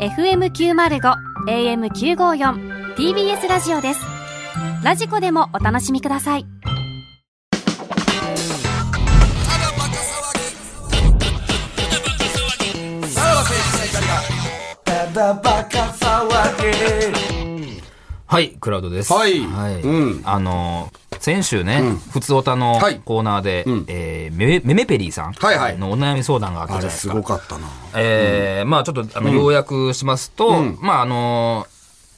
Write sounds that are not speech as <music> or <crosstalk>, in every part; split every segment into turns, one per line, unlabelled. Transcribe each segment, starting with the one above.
FM905 AM954 TBS ラジオですラジコでもお楽しみください
はい、クラウドです。
はいうん
あのー先週ね、ふつおたの
はい
コーナーで、えーめめめペリーさん
はいはい
のお悩み相談があったじゃ
あ
な
れ
いです
す
か。
ごかったな。
えーまあちょっと、あの、要約しますと、まああの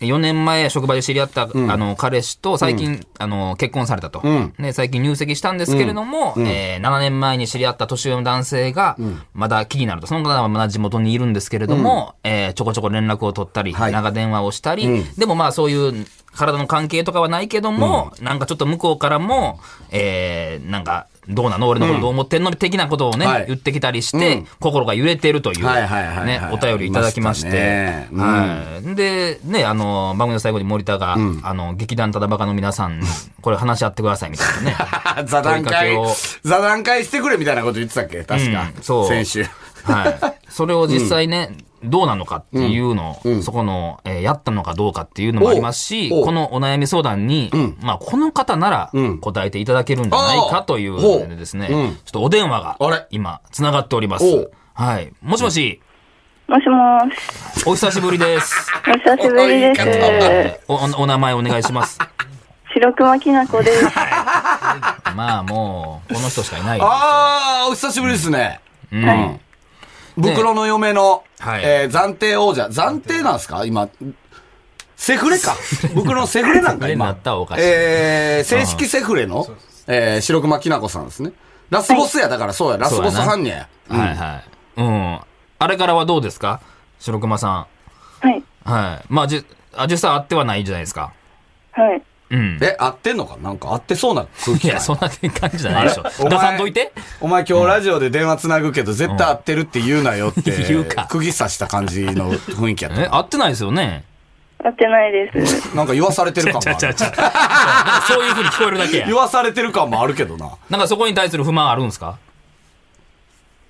ー、4年前職場で知り合った、あの彼氏と最近、あの結婚されたと、
ん
ね、最近入籍したんですけれども、えー7年前に知り合った年上の男性がまだ気になるとその方はまだ地元にいるんですけれども、えーちょこちょこ連絡を取ったり、
はい
長電話をしたり、でもまあそういう体の関係とかはないけども、なんかちょっと向こうからも、えーなんかどうなの俺のことどう思ってんの的なことをね、
はい
言ってきたりして、心が揺れてるという
はいはいはいはい
ね、お便りいただきまして。
ありま
はい。で、ね、あの、番組の最後に森田が、あの、劇団ただバカの皆さん、これ話し合ってくださいみたいな
<laughs>
ね。<laughs>
座談会
問いか、
座談会してくれみたいなこと言ってたっけ確か
う。んそう
先週。
はい。それを実際ね、どうなのかっていうのを、そこの、えーやったのかどうかっていうのもありますし、
おうおう
このお悩み相談に、まあ、この方なら答えていただけるんじゃないかというのでですね、ち
ああ
ょ
ほうう
っとお電話が
あれ
今、つながっておりま
お
す
う。
はい。もしもし、
もしもーし。
お久しぶりです。
お久しぶりで
おいい
す。
お、おお名前お願いします。
白熊きな
<laughs>
こです。
まあもう、この人しかいない。
あー、お久しぶりですね。
うん
はい
袋の嫁の、
はい
えー暫定王者。暫定なんですか今。セフレ
<laughs>
か。袋のセフレなんか
セフレに
今。
なったらおかしい
えー、正式セフレの、えー、白熊きなこさんですね。ラスボスや、だからそうや、ラスボス
そうやな
犯人や。
はいはい。うん。あれからはどうですか白熊さ
はい。
ん。はい。まあ、じ、あ、実際会ってはないじゃないですか。
はい。
うん。
え、合ってんのかなんか合ってそうな空
い
気感
や、そんな感じじゃないでしょ。
あれ
出さんといて。
お前今日ラジオで電話つなぐけど絶対合ってるって言うなよって、
言うか
釘刺した感じの雰囲気やっ
え、会ってないですよ <laughs> ね。
合ってないで
<laughs>
す。
た。なんか言わされてる感もある。
ちゃ。そういうふうに聞こえるだけや
言。わされてる感もあるけどな。
なんかそこに対する不満あるんですか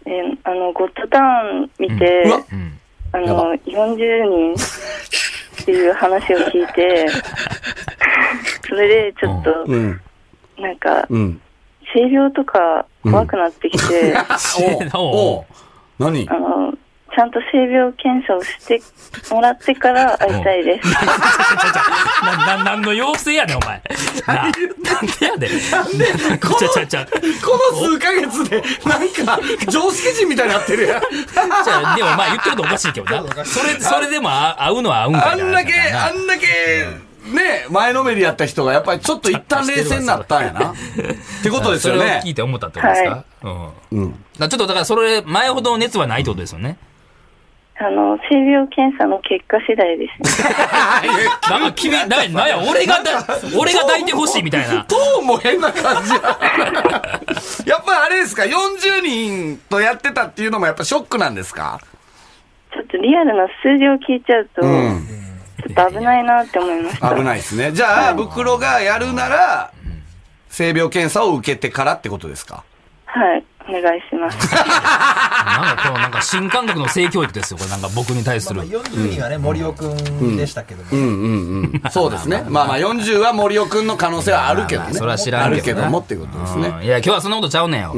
えーあの、ゴッドタウン見て
うわ、
うん。
あ
やば
の、40人っていう話を聞い
<laughs>
て、それでちょっと、
ん。
なんか、
うん。
声量とか怖くなってきて、
おうおう何
あの、ちゃんと性病検査をしてもらってから会いたいです。
な、な、なんの妖精やねん、お前。な、なんでやで。なんで、ちゃちゃちゃ。
この数ヶ月で、なんか、常識人みたいになってるやん。
じゃあでもまあ言ってるとおかしいけどな。それ、それでもあ合うのは合うん
<laughs>
か
あ
いなん
だけ、
みたいな
あんだけ、ね、前のめりやった人が、やっぱりちょっと一旦冷静になったんやな。 <laughs> ってことですよ
それを聞い
ね。
て思ったってことですか、うん。
うん
だからちょっとだからそれ、前ほどの熱はないってことです
<laughs>
よね。
あの、性病検査の結果次第ですね。
なんか君、な、なんや、俺
<laughs>
がだ、俺が抱いてほしいみたいな。
トーンも変な感じや。やっぱあれですか、40人とやってたっていうのもやっぱショックなんですか
ちょっとリアルな数字を聞いちゃうと、
ん
ちょっと危ないなって思いました。
危ないですね。じゃあ、袋がやるなら、性病検査を受けてからってことですか
はい、お願いします。
なんかこのなんか新感覚の性教育ですよ、これなんか僕に対する。
40人はね、森尾くんでしたけども、
うんうんうん。そうですね。まあまあ40は森尾くんの可能性はあるけど
まあ
ね。
まあそれは知らんけど
あ
な
るけどもってことです
うん
ね。
いや、今日はそんなことちゃうねんよ。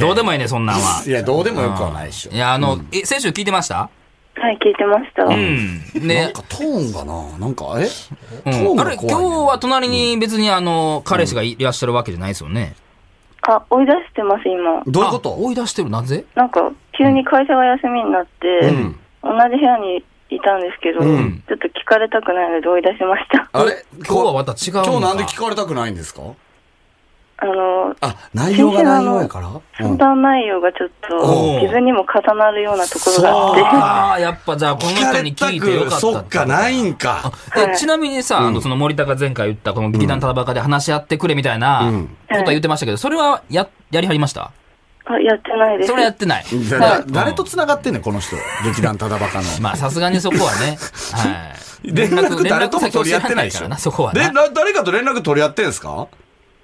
どうでもいいね、そんなんは。
いや、どうでもよくはないでしょ
い。や、あの、え、先週聞いてました
はい、聞いてました。
うん。
なん
ね、
かトーンがな、なんか、えトー
う
ン
ん。あ
が
れ、今
怖いね。
日は隣に別にあの、彼氏がいらっしゃるわけじゃないですよね。
あ、追い出してます、今。
どういうこ
あ
と
追い出してる、なぜ
なんか、急に会社が休みになって、同じ部屋にいたんですけど、ちょっと聞かれたくないので追い出しました。
あれ
今日はまた違う
今
のか
日なんで聞かれたくないんですか
あの、
あ、内容が内容やから
相談内容がちょっ
おう
と、自分にも重なるようなところがあって、
ああ、やっぱじゃあこの人に聞いてよかった
そっか、ないんか。
えちなみにさ、あの、その森田が前回言った、この劇団ただばかで話し合ってくれみたいな
うん
ことは言ってましたけど、それはや、やりはりました
<laughs> あやってないです。
それやってない。
だだ誰と繋がってんねん、この人。劇団ただバカの。
<laughs> まあ、さすがにそこは
<laughs>
ね。はい。
連絡誰とも取り合ってないでし
連絡先教えられから
ょ。
な、そこは
で、
な。
な誰かと連絡取り合ってんすか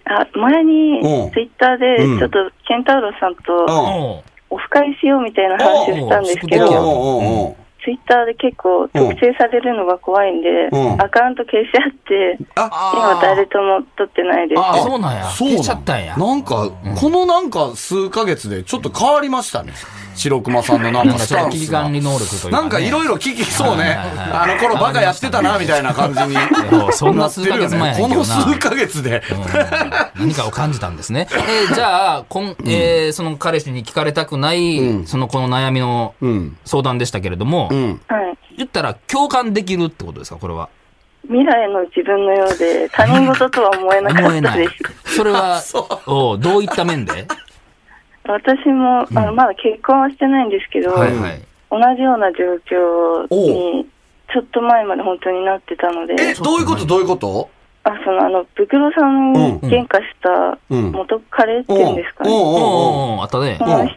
あ前に
うん、
ツイッターで、
うん
ちょっと、ケンタウロスさん
うん
と、。
おう
オフ会しようみたいな話をしたんですけ
お
ど
う、
おうおうおう
ツイッターで結構特定されるのが怖いんで、
うん
アカウント消し合って、
あ
今誰とも撮ってないです。
あそうなんや
そう
消しちゃったんや
なんか、このなんか数ヶ月でちょっと変わりましたね。白熊さんのなんか
なんか
ス
ちょっ
タ
と
ン
危機
スが。
管理能力というか、ね。
なんかいろいろ聞きそうね。
はいはい
あの頃バカやってたな、みたいな感じ
<laughs>
に
そ。うそんな数ヶ月前やねん
こ
けど
の
な
数ヶ月で。
何かを感じたんですね。えーじゃあ、こん、えーその彼氏に聞かれたくない、そのこの悩みの
うん。
相談でしたけれども、
うん。
はい。
言ったら共感できるってことですか、これは。
未来の自分のようで、他人事とは思えなか
思え
った
な
で
い
す。。
それは、おうどういった面で
私も、あのまだ結婚はしてないんですけど、
はいはい。
同じような状況に、ちょっと前まで本当になってたので、
え、どういうことどういうこと
あ、その、あの、ブクロさん
うん
に喧嘩した
うん
元彼って
う
いうん
ん
ですか
う
ね。
おうお
ん
うおうあったね
そ。の人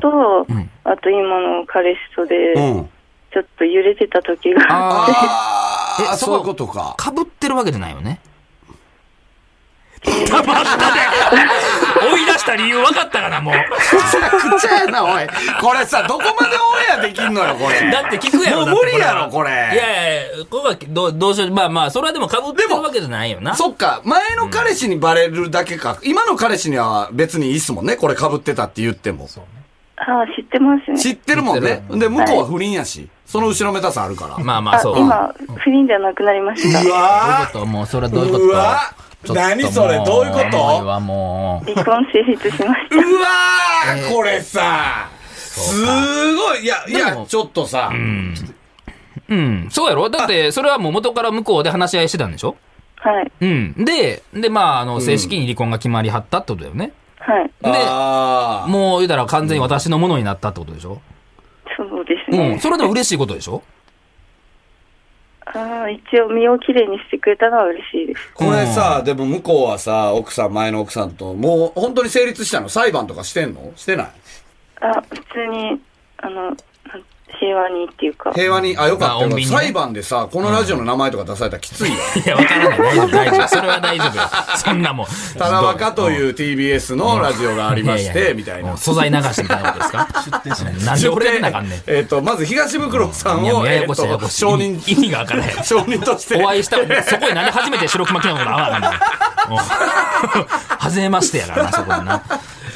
と
うん、
あと今の彼氏とで、
うんうん。
ちょっと揺れてた時が、
ああ、
あ
え
あ、
そ
そ
う
ういうことか。
かぶってるわけじゃないよね。 <laughs> 追い出した理由分かったかな、もう。
めちゃくちゃやな、おい。これさ、どこまでオンエアできんのよ、これ。
だって聞くやろ。
もう無理や
だ
ろ
っては
これ
いやいや、ここはどうどうしよう。まあまあ、それはでも被ってるわけじゃないよな。
そっか、前の彼氏にバレるだけか。今の彼氏には別にいいっすもんね、これ被ってたって言っても。
ああ、知ってますね。
知ってるもんね
知っ。てる
で、向こうは不倫やし。その後ろめたさあるから。
まあまあ、
あ
そう。
今、不倫じゃなくなりました。
どういう
わ
こともう、それはどういうこと
うわ
ちょっと
何それ
も
どういうこと
もういいわもう。
離婚成立しまし
うわ
え
ー
ー
これさ、す
うか
ごい。いや、い
で
や
も、
ちょっとさ、
うん。そうやろだって、それはもう元から向こうで話し合いしてたんでしょ
た。はい。
うん。で、で、まあ、あの、正式に離婚が決まりはったってことだよね。
はい。
で、
あー
もう言うたら完全に私のものになったってことでしょ
そうです
う
ね。
ん。それでも嬉しいことでしょ
ああ、一応身をきれいにしてくれたのは嬉しいです。
これさ、でも向こうはさ、奥さん、前の奥さんと、もう本当に成立したの裁判とかしてんのしてない
あ、普通に、あの、平和にっていうか、
平和に、あ、よかった
まあ穏
よ、
便にね
裁判でさ、このラジオの名前とか出されたらきついよ。
いや、わからない。大丈夫、大丈夫。それは大丈夫よ。そんなもん。
ただわかというう TBS のラジオがありまして、みたいな。
素材流してみたいなことで
<laughs>
すかなんで俺やけなあかんねん。
えっと、まず東袋さん
いやも
を、
うや
え
や
っ
こしいやや
と
こ、しい。
証人、
意味がわからへん。
証人として。
お会いした、そこになんで初めて白熊きのこと会わなんの <laughs> 初めましてやからな、そこにな。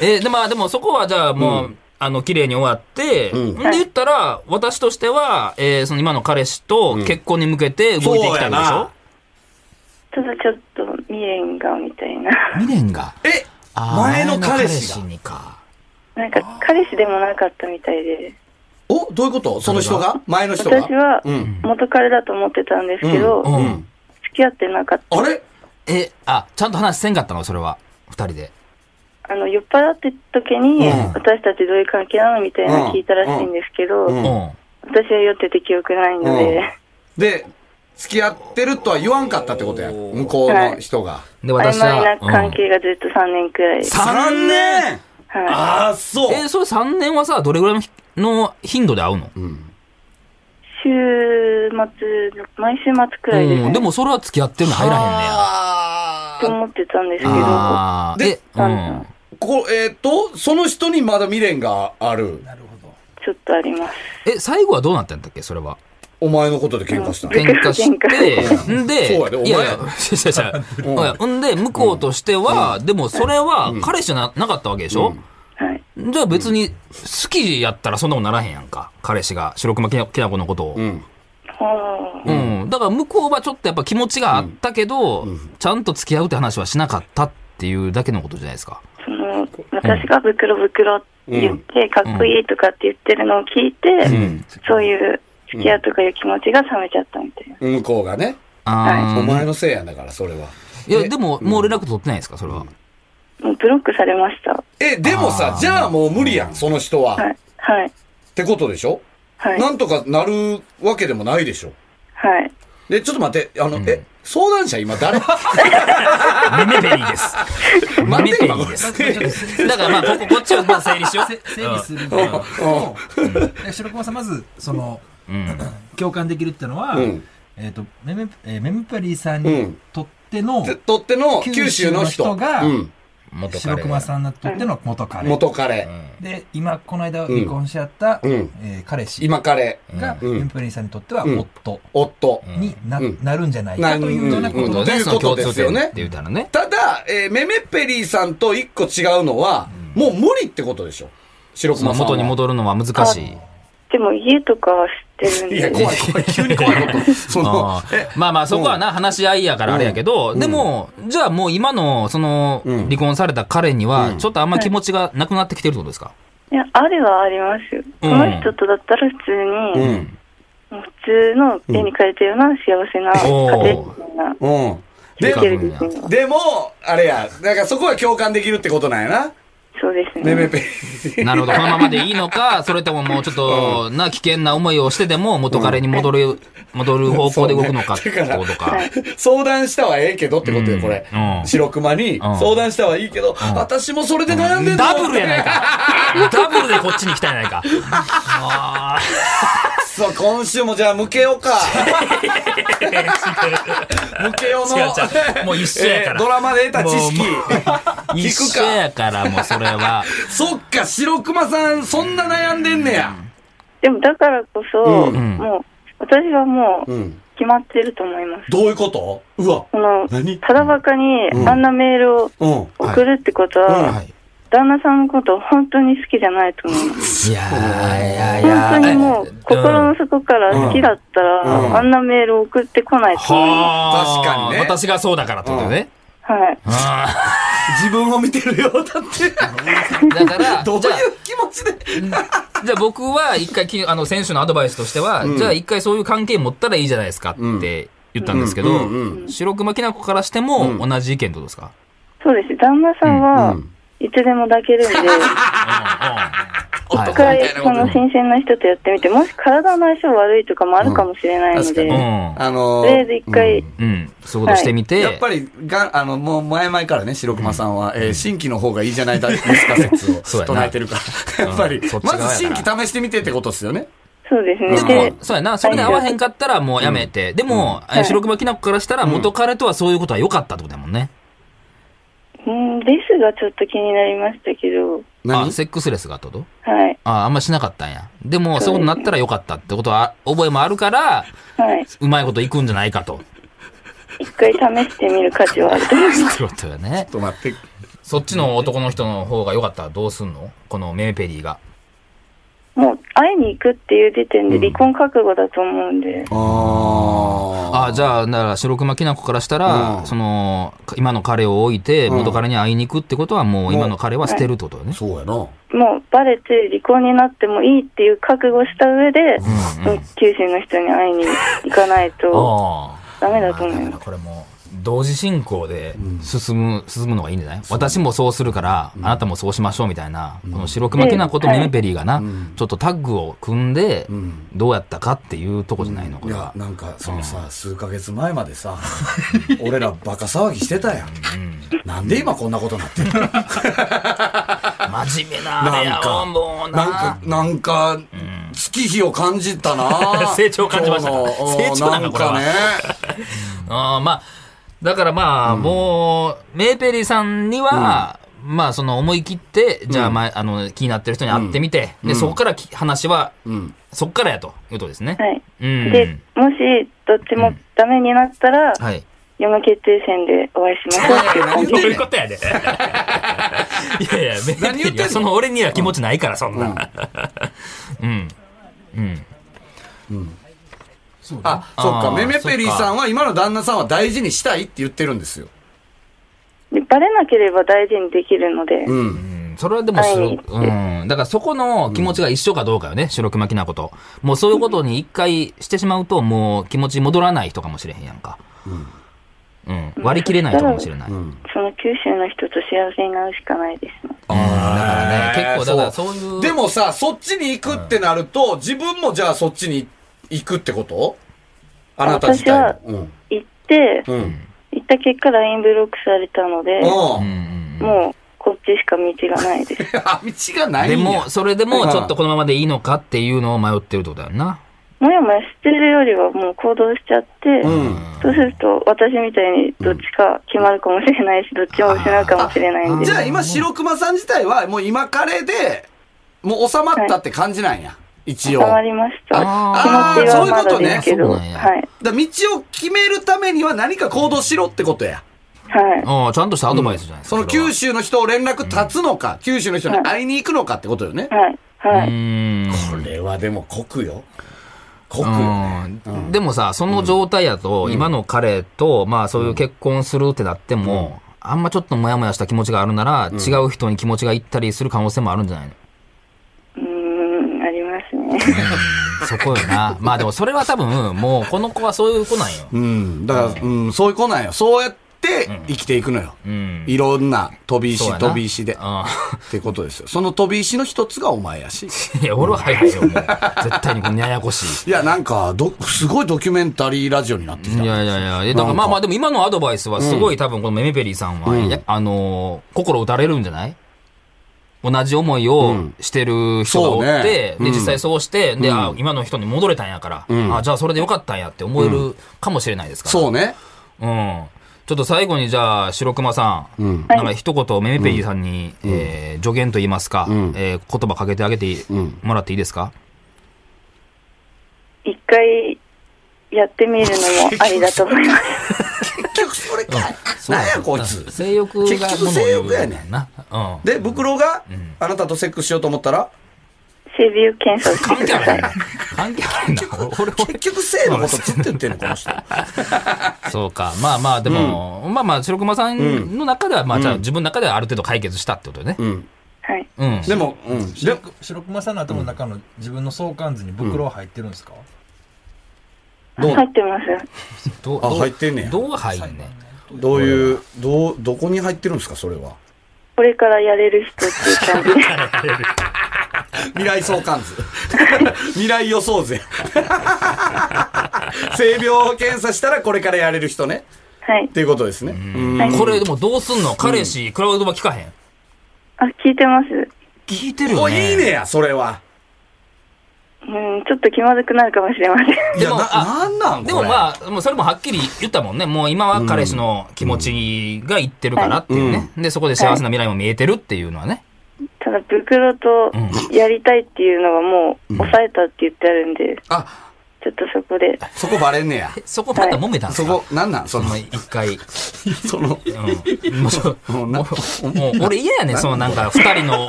えーで、まあでもそこはじゃあもう、あの、綺麗に終わって、ん、で言ったら、私としては、えーその今の彼氏と結婚に向けて動いていきたいんでしょ、
ただちょっと未練がみたいな。
未練が。
え
あー
前の彼氏が
前のにか。
なんか彼氏でもなかったみたいで、
おどういうことその人が前の人が
私は
うん
元彼だと思ってたんですけど、
うん。
付き合ってなかった。
あれ
え、あ、ちゃんと話せんかったのそれは。二人で。
あの、酔っ払ってた時に、
うん
私たちどういう関係なのみたいなの聞いたらしいんですけど、
うんうん
うん。
私は酔ってて記憶ないので、
で、付き合ってるとは言わんかったってことや。向こうの人が。
で、
曖
私
昧
は
な。関係がずっと3年くらい。
3年
はい。
ああ、そ
えーそれ3年はさ、どれぐらいのひの頻度で会うの、
週末、毎週末くらいですね。
うん、でもそれは付き合ってるの入らへんねや。
あ
と思ってたんですけど、
あー
で
え、うん。
こえっと、その人にまだ未練がある。
ちょっとあります。
え、最後はどうなったんだっけそれは。
お前のことで喧嘩したの
え
喧嘩し
う
て、
ん
んで、
そうやでお前
いやいや、違う違う違う。うんで、向こうとしては、でもそれは彼氏じゃななかったわけでしょ、
はい。
じゃあ別に、好きやったらそんなことならへんやんか。彼氏が、白熊きなきなこのことを。
うん。
あ
うん、だから向こうはちょっとやっぱ気持ちがあったけど、ちゃんと付き合うって話はしなかったっていうだけのことじゃないですか。
あ、その、私が袋袋って言って、かっこいいとかって言ってるのを聞いて、そういう付き合うとかいう気持ちが冷めちゃったみたいな。
向こうがね。
あー
お前のせいやんだから、それは。
いや、でも、もう連絡取ってないですか、それは。
もうブロックされました。
え、でもさ
あ、ー
じゃあもう無理やん、その人は。っ
はい。はい。
てことでしょ
はい。
なんとかなるわけでもないでしょ。
はい。
で、ちょっと待って、あの、え、相談者今 <laughs> 誰
メメペリーです。メメペリーです。だからまあ、ここ、こっちをまあ整理しよう。
整理するみたいなのとで白駒さんまずその
うん。
共感できるってのは、
うん
えっ、とメメえーメムパリーさん
う
に
ん
とっての、
とっての九州の人。
九州の人が
うん
元カ
白
レ
熊
が
さんにとっての元カレ。
元彼。
で、今、この間離婚しちゃった、
うん
えー彼氏
今彼。
が、
うん
エンプレイさんにとっては
うん
夫
夫。
にな,、
うん
なるんじゃないかというようなこと
ん
で
ね
うん
その
ということ
共通
ですよ
点
ね
って言ったらね。
ただ、えーメメペリーさんと一個違うのは、もう無理ってことでしょ。白
その
熊さんは。
元に戻るのは難しい。
でも家とかは知ってるん
いや、
で、
怖い怖い。急に怖いこと。その
あ、ーまあまあそこはな、話し合いやからあれやけど、でも、じゃあもう今の、その、
うん
離婚された彼に
う
は、
ん
ちょっとあんま気持ちがなくなってきてるってことですか
いや、あるはありますよ。この人とだったら普通に、
うん。
もう普通の絵に描いたような幸せな家庭みたいな、
うん。
で
で
きてるんですよ
でも、あれや、なんかそこは共感できるってことなんやな。
そうです
メメ
ね。
ペリー。
なるほど。このままでいいのか、それとももうちょっと、な、危険な思いをしてでも、元彼に戻る、戻る方向で動くのかってことか。
相談したはええけどってことよ、これ
うんう。ん
白熊に
ん
相談したはいいけど、私もそれで悩んでんの
ダブルやないか。ダブルでこっちに来たやないか。あ
そう、今週もじゃあ、向けようか。
<laughs>
向けようの、
違う違うもう一緒やか
え
ら
ードラマで得た知識。
もうもあ。一
聞くか。
緒やから、もうそれは。
<laughs> そっか、白熊さん、そんな悩んでんねや。
でもだからこそ、
うん
もう、私はもう、
ん。
決まってると思います。
どういうことうわ。
その、
何
ただばかに
うん
あんなメールを
うん。
送るってことは、
はい
旦那さんのことを本当に好きじゃないと思います。
いやーいやいや
本当にもう、心の底から好きだったら、
うん
あんなメールを送ってこないと思いま
はあ
確かにね
私がそうだからってことね。
す。はい。
あ
自分を見てるよ。だ
<laughs>
って、
ーだから、じ
<laughs> どういう
ゃあ、
気持ちで。
じゃあ僕は一回き、あの、選手のアドバイスとしては、じゃあ一回そういう関係持ったらいいじゃないですかって言ったんですけど、
うん
白熊きなこからしても同じ意見ってことですか、
そうです。旦那さんは、いつでも抱ける
<laughs>
んで、
うんうん
一回、その新鮮な人とやってみて、もし体の相性悪いとかもあるかもしれないので、
うん確かにあ
と
の
りあえず一回、
うん、うん、そういうことしてみて、
やっぱりが、あの、もう前々からね、白熊さんは、えー新規の方がいいじゃないですか説を
<laughs> そうやな
唱えてるから。やっぱり
うんそっ、ち
ま
側やから
ず新規試してみてってことですよね。
そうです
で
ね。で
も、、そうやな、それに合わへんかったらもうやめて、でも、え
はい
白熊きなこからしたら元彼とはそういうことは良かったってことだもんね。
うん、ですがちょっと気になりましたけど、
あ、セックスレスがあったと
はい。
ああんましなかったんや。でも、そういうことになったら良かったってことは、覚えもあるから、
はい。
うまいこといくんじゃないかと。
一回試してみる価値はあると思
<laughs>
います。
ってことよね。
ちょっと待って。
そっちの男の人の方が良かったらどうすんのこのメイペリーが。
もう、会いに行くっていう時点で離婚覚悟だと思うんで、
あ
ああ、じゃあ、なら、白熊きなこからしたら、
うん
その、今の彼を置いて、
うん
元彼に会いに行くってことは、もう
もう
今の彼は捨てるってことよね。
そうやな。
もう、バレて離婚になってもいいっていう覚悟した上で、
うんうん。
九州の人に会いに行かないと
ああ。
ダメだと思
だ
い
か
ま
ら
す。
これもう同時進行で進む、進むのがいいんじゃない私もそうするから、あなたもそうしましょうみたいな、この白熊きなこと
うん
メメペリーがな、
ん
ちょっとタッグを組んで、
ん
どうやったかっていうとこじゃないの、こ
い
れ
や
は、。
なんか、そのさ、数ヶ月前までさ、 <laughs> 俺らバカ騒ぎしてたやん。なんで今こんなことなってんの
真面目なあれ
な
や
んか、
わもう
なん
な
か、。なんか、月日を感じたな
<laughs> 成長感じましたか
今日の
成長だな
うん
これは
んかね。
<laughs> ああまあ、だからまあ、もう、メイペリーさんには、まあ、その思い切って、じゃあ、まあ、あの、気になってる人に会ってみて、で、そこからき話は、
ん
そこからやということですね。
はい。
うん。
で、もし、どっちもダメになったら、
はい。
嫁決定戦でお会いしましょうっていう感じ
どう
で。
いうことやで。いやいや、別
何言ってんの
に、その俺には気持ちないから、そんな。うん。うん。
あ、そっ
<laughs> あ
か、
ー
メメペリーさんは今の旦那さんは大事にしたいって言ってるんですよ。
でバレなければ大事にできるので、
うん。
うんそれはでも、
はい
白うん。だからそこの気持ちが一緒かどうかよね、白熊きなこと。もうそういうことに一回してしまうと、もう気持ち戻らない人かもしれへんやんか。うん。割り切れない人かもしれない。うん
その九州の人と幸せになるしかないですね。
だからね、
へー
結構、だからそういう。
でもさ、そっちに行くってなると、自分もじゃあそっちに行くってことあなた自体も。うん。
行って、
うん。
行った結果 LINE ブロックされたので、
うんう
うん。
ん
もう、こっちしか道がないです。
あ、道がない
で
んや
も、それでも、ちょっとこのままでいいのかっていうのを迷ってるってことだよな。
もやもやしてるよりはもう行動しちゃって、そうすると私みたいにどっちか決まるかもしれないし、どっちも失うかもしれないんで
じゃ。あ今、白熊さん自体は、もう今彼で、もう収まったって感じなんや。一応。
変わりました。気持
あー
ち
そう
はまだ
いうことね
ですけど。
そう
は
なんや
い。
だから道を決めるためには何か行動しろってことや。
はい。
ああ、ちゃんとしたアドバイスじゃないですか。
その
れは
九州の人を連絡立つのか、九州の人に会いに行くのかってことよね。
はい。は
う
い。
ーん
これはでも酷よ。酷よね。
うんでもさ、その状態やと、今の彼と、まあそういう結婚するってなっても、あんまちょっとモヤモヤした気持ちがあるなら、違う人に気持ちがいったりする可能性もあるんじゃないの
うーん、ありますね。
そ
<laughs>
こよ <laughs> な。まあでもそれは多分、もうこの子はそういう子なんよ。
うん。だから、うん、そういう子なんよ。そうやって生きていくのよ。
うん。
いろんな飛び
そう
石
やな
飛び石で。っ
う
てことですよ。その飛び石の一つがお前やし。
<laughs> ん。いや、俺は早いよ、もう。絶対にこのややこしい。
いや、なんか、ど、すごいドキュメンタリーラジオになってき
い
た。
やいやいや、えだからまあまあでも今のアドバイスはすごい多分このメメペリーさんは、やあのー心打たれるんじゃない同じ思いをしてる人がお
そう
っ
ね
て、
うん
で、実際そうして、で、あ今の人に戻れたんやから、あじゃあそれでよかったんやって思えるかもしれないですから。
そうね。
うん。ちょっと最後にじゃあ、白熊さん、なんか一言、メメペリーさんに、えー助言と言いますか、えー言葉かけてあげてもらっていいですか、
一回やってみるのもありだと思います。
<laughs> 結局それか。なんやこいつ。
性欲が
結局性欲やねん
ものを言うな。うん。
で、袋が、あなたとセックスしようと思ったら、
性ビュー検査をして
関
く
係
ださ
あ
い
る。関係あるな。俺、
結局性のことずっと言ってんの、この人。
そうか。まあまあ、でも、まあまあ、白熊さんの中では、まあ、じゃあ自分の中ではある程度解決したってことよね。
はい。
うん。
でも、うん。で
白熊さんの頭の中の自分の相関図に袋は入ってるんですか、
どう
入ってます。
どう
あ
どう
入ってんねや
どう入んねん。
どういう、どう、どこに入ってるんですか、それは。
これからやれる人っていう感
<laughs>
じで。
未来相関図。 <laughs> 未来予想図。 <laughs> 性病検査したらこれからやれる人ね。
はい
っ。ていうことですね。うん
はい
これ、でもどうすんの彼氏、クラウドは聞かへん。
あ、聞いてます。
聞いてる
お
よね。
いいね。や、それは。
うん、ちょっと気まずくなるかもしれません。 <laughs>
いや、な、
あ
なんなんこれ
でもまあ、もうそれもはっきり言ったもんね。もう今は彼氏の気持ちが言ってるからっていうね。で、そこで幸せな未来も見えてるっていうのはね。
ただ、袋とやりたいっていうのはもう抑えたって言ってあるんで、
あ、
ちょっとそこで、
そこバレんねや。
そこまた揉めたんす
そ
か
こ、なんなんそ
そ
の
の、一回。
<laughs> その、
も <laughs> うもうもう俺嫌やねん、そのなんか二人の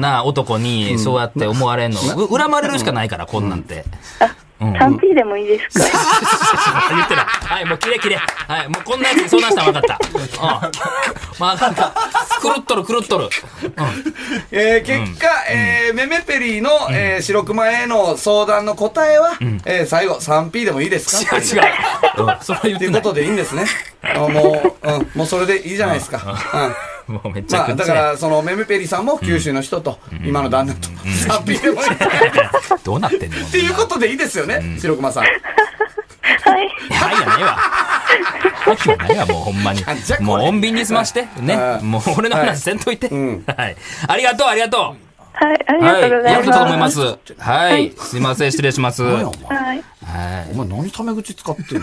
な男にそうやって思われんの。う恨まれるしかないから、こんなんて。
3P でもいいで
<laughs>
すか
言ってない。はい、もうキレキレ。はい、もうこんなやつに相談したら分かった。うん。まあなんか、狂っとる狂っとる。
えー結果、えーメメペリーの、えー白熊への相談の答えは、えー最後、3P でもいいですか
<laughs> 違う違う。うん、それは言っ
って
て
いう
な
こ
い。
とでいいん
<laughs>
ですね。あもう、うん、もうそれでいいじゃないですか。うん
もうめちゃ
まあ、
く
だ
ち
か
ゃ。
ら、その、メメペリーさんも九州の人と、今の旦那と、3P で <laughs> もいい。
どうなってんの
っていうことでいいですよね、白熊さん。
はい。
はいやねえわ。秋はないわ、もうほんまに
なんじゃ。これ
もう穏便に済まして。ね
は。い
もう俺の話せんといて。はい。ありがとう、ありがとう。
はい、ありが
は
と
い、
うござ
や
い
ると思い
ま。
ますす。はい、すいません、失礼します。
何や
は
お前。
はい。
い。
お前何タメ口使ってんの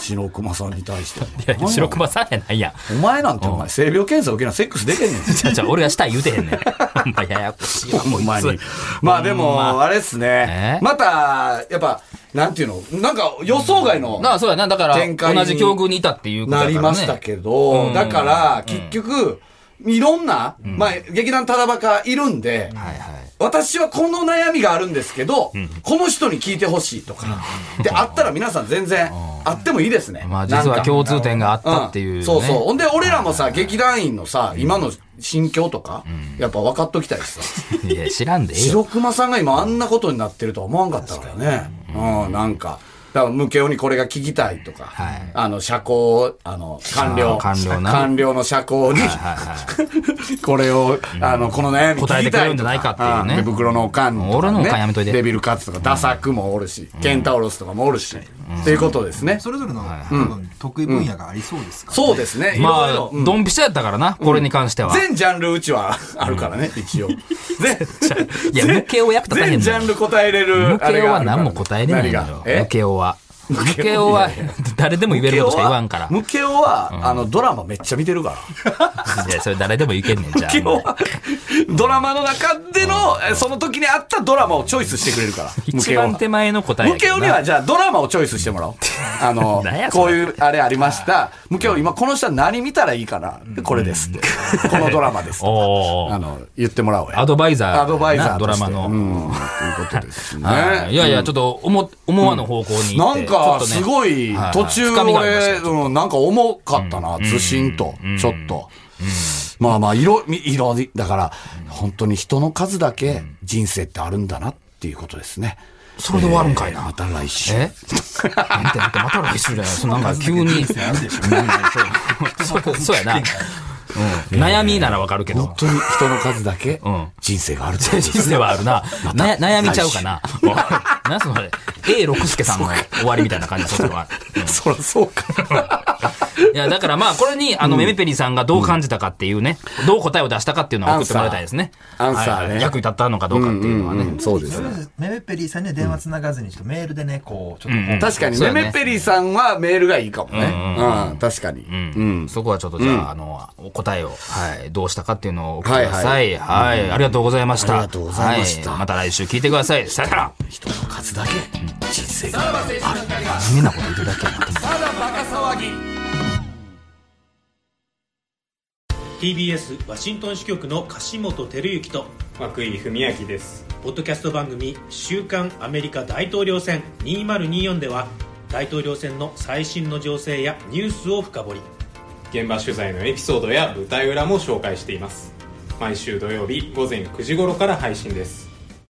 白熊さんに対して。
いや、白熊さんやないやん。
お前なんてお前、性病検査受けなセックスでけんねん。
じゃあじゃあ俺がしたい言うてへんねん。ほんまややこしいわ、もうい
前に
つ。
まあでも、あれっすね
え。
また、やっぱ、なんていうのなんか予想外の
なあ、そうやな。だか
展開
ら、
に
同じ境遇にいたっていうこと
な
だからね。
りましたけ
う
ど、
ん
だから、結局、いろんな、まあ、劇団ただばかいるんで、
はいはい。
私はこの悩みがあるんですけど、この人に聞いてほしいとか、で、あったら皆さん全然、あってもいいですね。
まあ実
なん
は
か
共通点があったっていうね。
んそうそう。ほんで、俺らもさ、劇団員のさ、今の心境とか、やっぱ分かっときたいしさ。
いや、知らんでええ
白
よ。
熊さんが今あんなことになってるとは思わんかったからね。うん、なんか。だから、ムケオにこれが聞きたいとか、
はい
あの、社交、あの、官僚、
あー官僚な
官僚の社交に、
はいはい。
<laughs> これを、あの、この悩み聞きたいと
答えてくれるんじゃないかっていうね
あー手袋のおかんとか、ね。
俺のおかんやめといて
デビルカツとか、ダサクもおるし、ケンタウロスとかもおるし、っていうことですね。
それぞれのうん得意分野がありそうですからね
そうですね。い
ま
ろい
あ
ろ。うん、
ドンピシャやったからな、これに関しては。
全ジャンルうちはあるからね、
<laughs>
一応。全、
いや、無形を役立たへん
全
の
ジャンル答えれ
無
るあ
形
れがあ
は
るから。
何も答えれないのよ。
何が
無形は。無形は、誰でも言えることしか言わんから。
ムケオは、あの、ドラマめっちゃ見てるから。
いや、それ誰でもいけんねん、じゃあ。
今日は、ドラマの中での、えその時にあったドラマをチョイスしてくれるから。ム
<laughs> 一
ケオは
番手前の答えや
ム
け
ケ
ど
オ
な。
にはじゃあドラマをチョイスしてもらおう。あの
<laughs> 何や、そ
こう
れ。
いうあれありました。ムケオ今この人は何見たらいいかな。これですって。このドラマです
<laughs> お
あ
ー
の、言ってもらおうや。
アドバイザー。
アドバイザーと
ドラ
して。
マの。
うん。ということですね。
はいいやいや、ちょっと思、思わぬ方向に行っ
な
て。
んか、
ちょっとね
すごい
は、い
途中
深みがありました
俺、
よ
うんなんか重かったな、
うん
ずしんと
うん、
ちょっと。まあまあ、色、み色に、だから、本当に人の数だけ人生ってあるんだなっていうことですね。
それで終わるんかい
えー
な
ま。た来週。
えなんてなんてまた来週じゃないそのなんか急に。そうそうやな。うん悩みならわかるけ
本
ど。
当に人の数だけ
うん
人生があるってことです
人生はあるな。な悩みちゃうかな。何それ。A 六輔さんの終わりみたいな感じ <laughs> それは。うん
そりゃそうか。
いや、だからまあ、これに、あの、メメペリーさんがどう感じたかっていうね、どう答えを出したかっていうのを送ってもらいたいですね。
アンサー
は
ア
いはい
ンサーね
役に立ったのかどうかっていうのはね。
うんそうです
とりあえずメメペリーさんには電話つながずに、ちょっとメールでね、こう、ちょっとこう、
確かに、
そう
メ
やね
メペリーさんはメールがいいかもね。うん、確かに。う
うん
ん。
そこはちょっとじゃあ、あの、お答えを、はい、どうしたかっていうのを送ってください。はい、ありがとうございました。
ありがとうございました
はまた来週聞いてください。さよなら
人の数だけ人生がある。
みんなこと言ってるだけやな
TBS ワシントン支局の樫本照之と
涌井文明です
ポッドキャスト番組「週刊アメリカ大統領選2024」では大統領選の最新の情勢やニュースを深掘り
現場取材のエピソードや舞台裏も紹介しています毎週土曜日午前9時頃から配信です